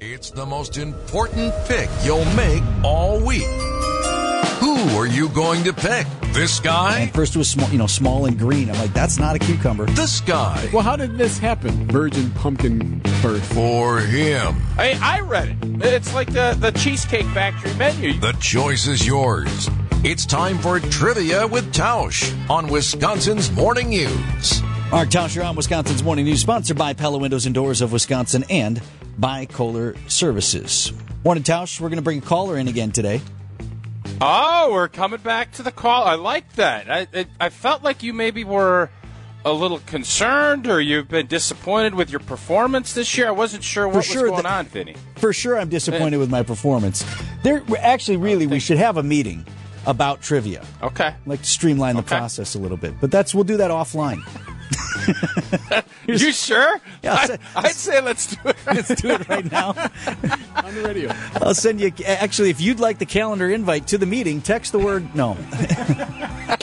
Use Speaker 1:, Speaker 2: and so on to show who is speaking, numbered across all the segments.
Speaker 1: It's the most important pick you'll make all week. Who are you going to pick? This guy?
Speaker 2: And first it was small, you know, small and green. I'm like, that's not a cucumber.
Speaker 1: This guy?
Speaker 3: Well, how did this happen? Virgin pumpkin birth.
Speaker 1: Or him?
Speaker 4: I, I read it. It's like the, the Cheesecake Factory menu.
Speaker 1: The choice is yours. It's time for Trivia with Tausch on Wisconsin's Morning News.
Speaker 2: All right, Tosh, you're on Wisconsin's Morning News, sponsored by Pella Windows and Doors of Wisconsin and by Kohler Services. Morning, Tausch. We're going to bring a caller in again today.
Speaker 4: Oh, we're coming back to the call. I like that. I, I, I felt like you maybe were a little concerned or you've been disappointed with your performance this year. I wasn't sure what
Speaker 2: sure
Speaker 4: was going
Speaker 2: that-
Speaker 4: on, Vinny.
Speaker 2: For sure, I'm disappointed with my performance. There, we're- actually, really, we should have a meeting about trivia,
Speaker 4: Okay.
Speaker 2: like to streamline the
Speaker 4: Okay.
Speaker 2: process a little bit. But that's we'll do that offline.
Speaker 4: You sure?
Speaker 2: Yeah, I'll say-
Speaker 4: I, I'd say let's do it.
Speaker 2: Let's do it right now.
Speaker 3: On the radio.
Speaker 2: I'll send you. Actually, if you'd like the calendar invite to the meeting, text the word no.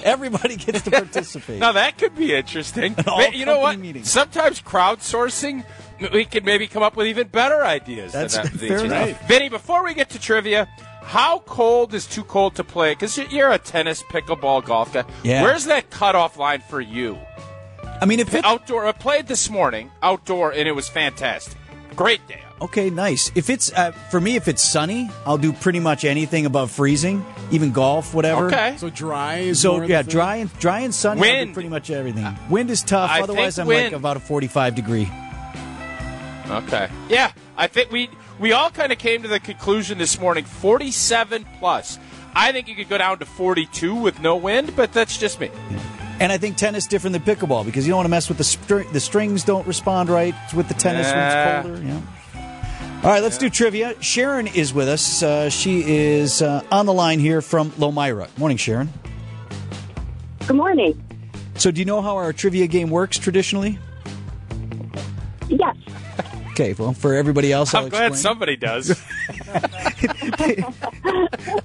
Speaker 2: Everybody gets to participate.
Speaker 4: Now that could be interesting.
Speaker 2: all
Speaker 4: Ma- you know
Speaker 2: company
Speaker 4: what?
Speaker 2: meeting.
Speaker 4: Sometimes crowdsourcing, we could maybe come up with even better ideas.
Speaker 2: That's-
Speaker 4: than that,
Speaker 2: fair
Speaker 4: Vinny.
Speaker 2: enough.
Speaker 4: Vinny, before we get to trivia, how cold is too cold to play? Because you're a tennis, pickleball, golf guy.
Speaker 2: Yeah.
Speaker 4: Where's that cutoff line for you?
Speaker 2: I mean, if it,
Speaker 4: Outdoor. I played this morning outdoor, and it was fantastic. Great day. out.
Speaker 2: okay, nice. If it's uh, for me, if it's sunny, I'll do pretty much anything above freezing, even golf, whatever.
Speaker 4: Okay.
Speaker 3: So dry is
Speaker 2: So
Speaker 3: more of
Speaker 2: yeah,
Speaker 3: the
Speaker 2: dry and dry and sunny. I'll do
Speaker 4: Wind. Uh,
Speaker 2: pretty much everything. Wind is tough.
Speaker 4: I
Speaker 2: Otherwise,
Speaker 4: think
Speaker 2: I'm like
Speaker 4: wind.
Speaker 2: about a 45 degree.
Speaker 4: Okay. Yeah, I think we we all kind of came to the conclusion this morning 47 plus. I think you could go down to 42 with no wind, but that's just me.
Speaker 2: And I think tennis different than pickleball because you don't want to mess with the str- the strings don't respond right with the tennis
Speaker 4: Yeah.
Speaker 2: when it's colder. Yeah. All right, let's do trivia. Sharon is with us. Uh, she is uh, on the line here from Lomira. Morning, Sharon.
Speaker 5: Good morning.
Speaker 2: So, do you know how our trivia game works traditionally?
Speaker 5: Yes.
Speaker 2: Okay, well, for everybody else, I'll
Speaker 4: I'm glad
Speaker 2: explain.
Speaker 4: somebody does.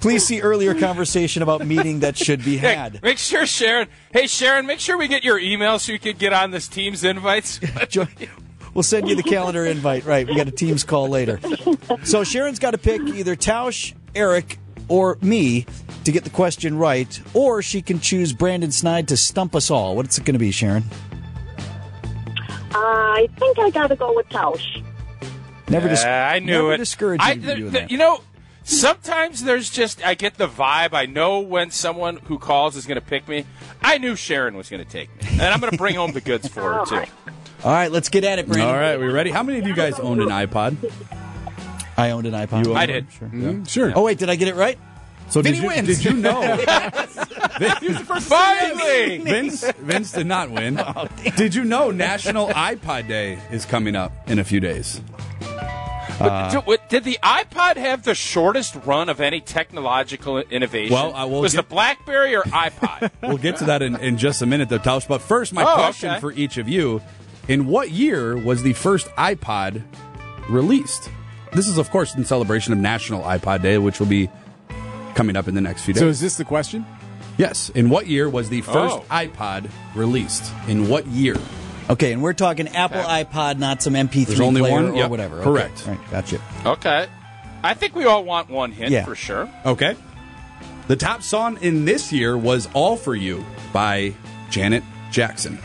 Speaker 2: Please see earlier conversation about meeting that should be
Speaker 4: Hey,
Speaker 2: had.
Speaker 4: make sure Sharon. Hey Sharon, make sure we get your email so you can get on this team's invites.
Speaker 2: Jo- We'll send you the calendar invite. Right, we got a Teams call later. So Sharon's got to pick either Tausch, Eric, or me to get the question right, or she can choose Brandon Snide to stump us all. What's it going to be, Sharon?
Speaker 5: I think I got to go with Tausch.
Speaker 2: Never, dis-
Speaker 4: Uh, I knew
Speaker 2: never
Speaker 4: it.
Speaker 2: discourage
Speaker 4: I-
Speaker 2: you from
Speaker 4: th-
Speaker 2: doing
Speaker 4: th-
Speaker 2: that.
Speaker 4: You know, sometimes there's just I get the vibe. I know when someone who calls is going to pick me. I knew Sharon was going to take me, and I'm going to bring home the goods for her too.
Speaker 2: All right, let's get at it, Brandon.
Speaker 6: All right, we ready? How many of you guys owned an iPod?
Speaker 2: I owned an iPod.
Speaker 4: I did.
Speaker 2: Sure.
Speaker 3: Mm, Sure.
Speaker 2: Oh wait, did I get it right?
Speaker 6: So did
Speaker 2: Vinny
Speaker 6: you,
Speaker 2: wins.
Speaker 6: did you know?
Speaker 4: Finally,
Speaker 6: Vince Vince did not win.
Speaker 2: Oh,
Speaker 6: did you know National iPod Day is coming up in a few days?
Speaker 4: But do- what- did the iPod have the shortest run of any technological innovation?
Speaker 6: Well, I will
Speaker 4: was
Speaker 6: get-
Speaker 4: the BlackBerry or iPod?
Speaker 6: We'll get to that in, in just a minute, though, Tausch. But first, my
Speaker 4: Oh,
Speaker 6: question
Speaker 4: okay.
Speaker 6: for each of you: In what year was the first iPod released? This is, of course, in celebration of National iPod Day, which will be coming up in the next few days.
Speaker 3: So is this the question?
Speaker 6: yes. In what year was the first
Speaker 4: Oh.
Speaker 6: iPod released? In what year?
Speaker 2: Okay, and we're talking Apple iPod, not some MP3
Speaker 6: There's only
Speaker 2: player
Speaker 6: one?
Speaker 2: or
Speaker 6: Yep,
Speaker 2: whatever. Okay,
Speaker 6: correct.
Speaker 2: all right, gotcha.
Speaker 4: okay, I think we all want one hint
Speaker 2: Yeah.
Speaker 4: for sure.
Speaker 6: Okay. The top song in this year was All For You by Janet Jackson.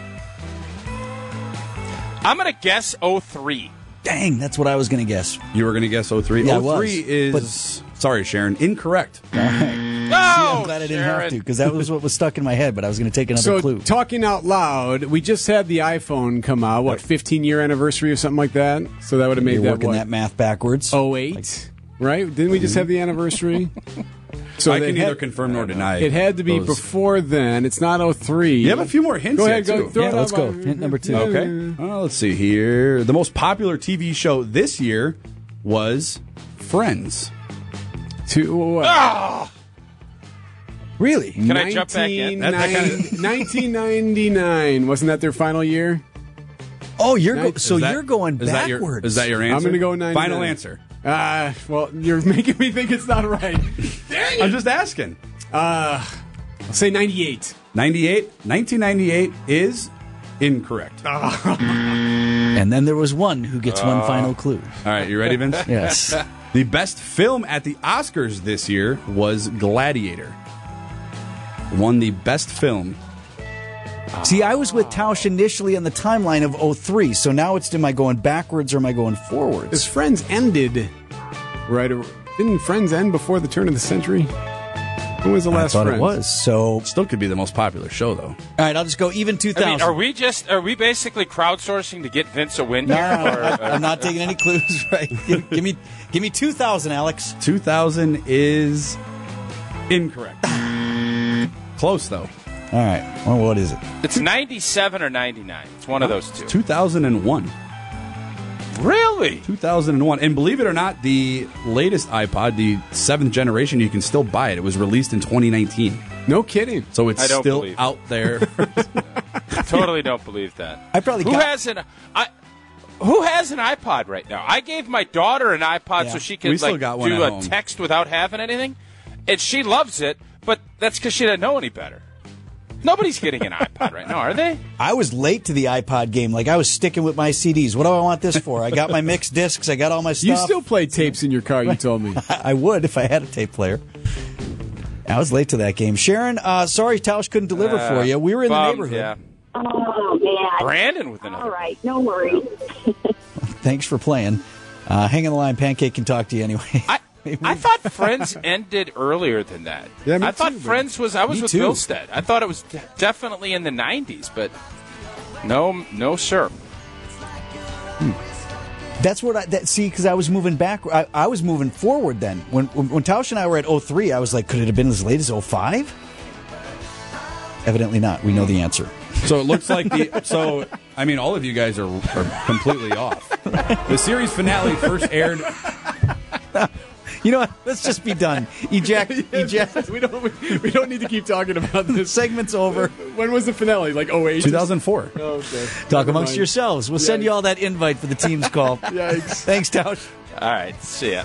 Speaker 4: I'm going to guess 03.
Speaker 2: Dang, that's what I was going to guess.
Speaker 6: You were going to guess 03.
Speaker 2: Yeah, I
Speaker 6: 03
Speaker 2: was,
Speaker 6: is. Sorry, Sharon. Incorrect.
Speaker 4: No,
Speaker 2: I'm glad I didn't have to
Speaker 4: Oh, Sharon.
Speaker 2: because that was what was stuck in my head. But I was going to take another
Speaker 3: So
Speaker 2: clue.
Speaker 3: talking out loud, we just had the iPhone come out. What, 15 year anniversery or something like that? So that would have made
Speaker 2: You're
Speaker 3: that
Speaker 2: working
Speaker 3: what? Oh,
Speaker 2: that math backwards.
Speaker 3: 08, right? Didn't we just have the anniversary? so
Speaker 6: mm-hmm. I
Speaker 3: they
Speaker 6: can neither
Speaker 3: had-
Speaker 6: confirm nor deny.
Speaker 3: It had to be
Speaker 6: those-
Speaker 3: before then. It's not 03.
Speaker 6: You have a few more hints
Speaker 3: Go ahead,
Speaker 6: yet,
Speaker 3: go.
Speaker 6: too.
Speaker 3: Throw
Speaker 2: Yeah,
Speaker 3: it
Speaker 2: let's
Speaker 3: out
Speaker 2: go.
Speaker 3: loud.
Speaker 2: Hint number two.
Speaker 6: Okay. Uh, let's see here. The most popular TV show this year was Friends.
Speaker 3: Two, what?
Speaker 6: Ah!
Speaker 2: Really?
Speaker 4: Can I jump back in?
Speaker 6: That- that kinda-
Speaker 3: 1999. Wasn't that their final year?
Speaker 2: Oh, you're go-
Speaker 3: Is
Speaker 2: so
Speaker 6: Is that-
Speaker 2: you're going
Speaker 6: is that
Speaker 2: backwards.
Speaker 6: your- is that your answer?
Speaker 3: gonna go 99.
Speaker 6: Final answer.
Speaker 3: Uh, well, you're making me think it's not right.
Speaker 6: I'm just asking.
Speaker 3: I'll say 98.
Speaker 6: Ah. 98, 1998 is incorrect.
Speaker 2: And then there was one who gets one final clue.
Speaker 6: All right, you ready, Vince?
Speaker 2: Yes.
Speaker 6: The best film at the Oscars this year was Gladiator. Won the best film.
Speaker 2: See, I was with Tausch initially on the timeline of 03, so now it's am I going backwards or am I going
Speaker 3: Because
Speaker 2: forwards?
Speaker 3: Friends ended right. ar- Didn't Friends end before the turn of the century? When was the
Speaker 2: I
Speaker 3: last
Speaker 2: thought
Speaker 3: Friends?
Speaker 2: it was. So, all
Speaker 6: Still could be the most popular show, though.
Speaker 2: right, I'll just go even
Speaker 4: I
Speaker 2: 2000.
Speaker 4: mean, are we just are we basically crowdsourcing to get Vince a win
Speaker 2: No,
Speaker 4: here?
Speaker 2: no, no,
Speaker 4: or,
Speaker 2: I- I'm not taking any clues. Right? Give, give me, give me 2000, Alex.
Speaker 6: 2000 is incorrect. Close, though.
Speaker 2: All right. Well, what is it?
Speaker 4: It's 97 or 99. It's one of those two.
Speaker 6: 2001.
Speaker 4: Really?
Speaker 6: 2001. And believe it or not, the latest iPod, the seventh generation, you can still buy it. It was released in 2019.
Speaker 3: No kidding.
Speaker 6: So it's
Speaker 4: I don't
Speaker 6: still
Speaker 4: believe it.
Speaker 6: out there.
Speaker 4: totally don't believe that.
Speaker 2: I probably
Speaker 4: who
Speaker 2: got-
Speaker 4: has an I. Who has an iPod right now? I gave my daughter an iPod
Speaker 2: Yeah.
Speaker 4: so she
Speaker 6: We
Speaker 4: could
Speaker 6: still
Speaker 4: like
Speaker 6: got one
Speaker 4: do
Speaker 6: at
Speaker 4: a
Speaker 6: home.
Speaker 4: text without having anything, and she loves it. But that's because she didn't know any better. Nobody's getting an iPod right now, are they?
Speaker 2: I was late to the iPod game. Like I was sticking with my CDs. What do I want this for? I got my mixed discs. I got all my stuff.
Speaker 3: You still play tapes in your car, you told me.
Speaker 2: I would if I had a tape player. I was late to that game. Sharon, uh, sorry, Tausch couldn't deliver for you. We were in the
Speaker 4: Bummed,
Speaker 2: neighborhood.
Speaker 4: Uh, Yeah.
Speaker 5: Oh, man.
Speaker 4: Brandon with another.
Speaker 5: All right. No worries.
Speaker 2: Thanks for playing. Uh, hang on the line. Pancake can talk to you anyway.
Speaker 4: I, I thought Friends ended earlier than that.
Speaker 3: Yeah, me
Speaker 4: I thought
Speaker 3: too, but-
Speaker 4: Friends was. I was
Speaker 3: Me
Speaker 4: with
Speaker 3: too.
Speaker 4: Milstead. I thought it was de- definitely in the '90s, but no, no, sir.
Speaker 2: That's what I that, see because I was moving back. I, I was moving forward then. When when, when Tausch and I were at 03, I was like, could it have been as late as 05? Evidently not. We know the answer.
Speaker 6: so it looks like the. So, I mean, all of you guys are, are completely off. The series finale first aired
Speaker 2: You know what? Let's just be done. Eject. Eject.
Speaker 3: we don't we, we don't need to keep talking about this.
Speaker 2: Segment's over.
Speaker 3: When was the finale? Like 08?
Speaker 6: 2004.
Speaker 3: Okay.
Speaker 2: Talk
Speaker 3: Never
Speaker 2: amongst
Speaker 3: mind.
Speaker 2: yourselves. We'll send you all that invite for the team's call.
Speaker 3: Yikes.
Speaker 2: Thanks, Tausch.
Speaker 4: All right, see ya.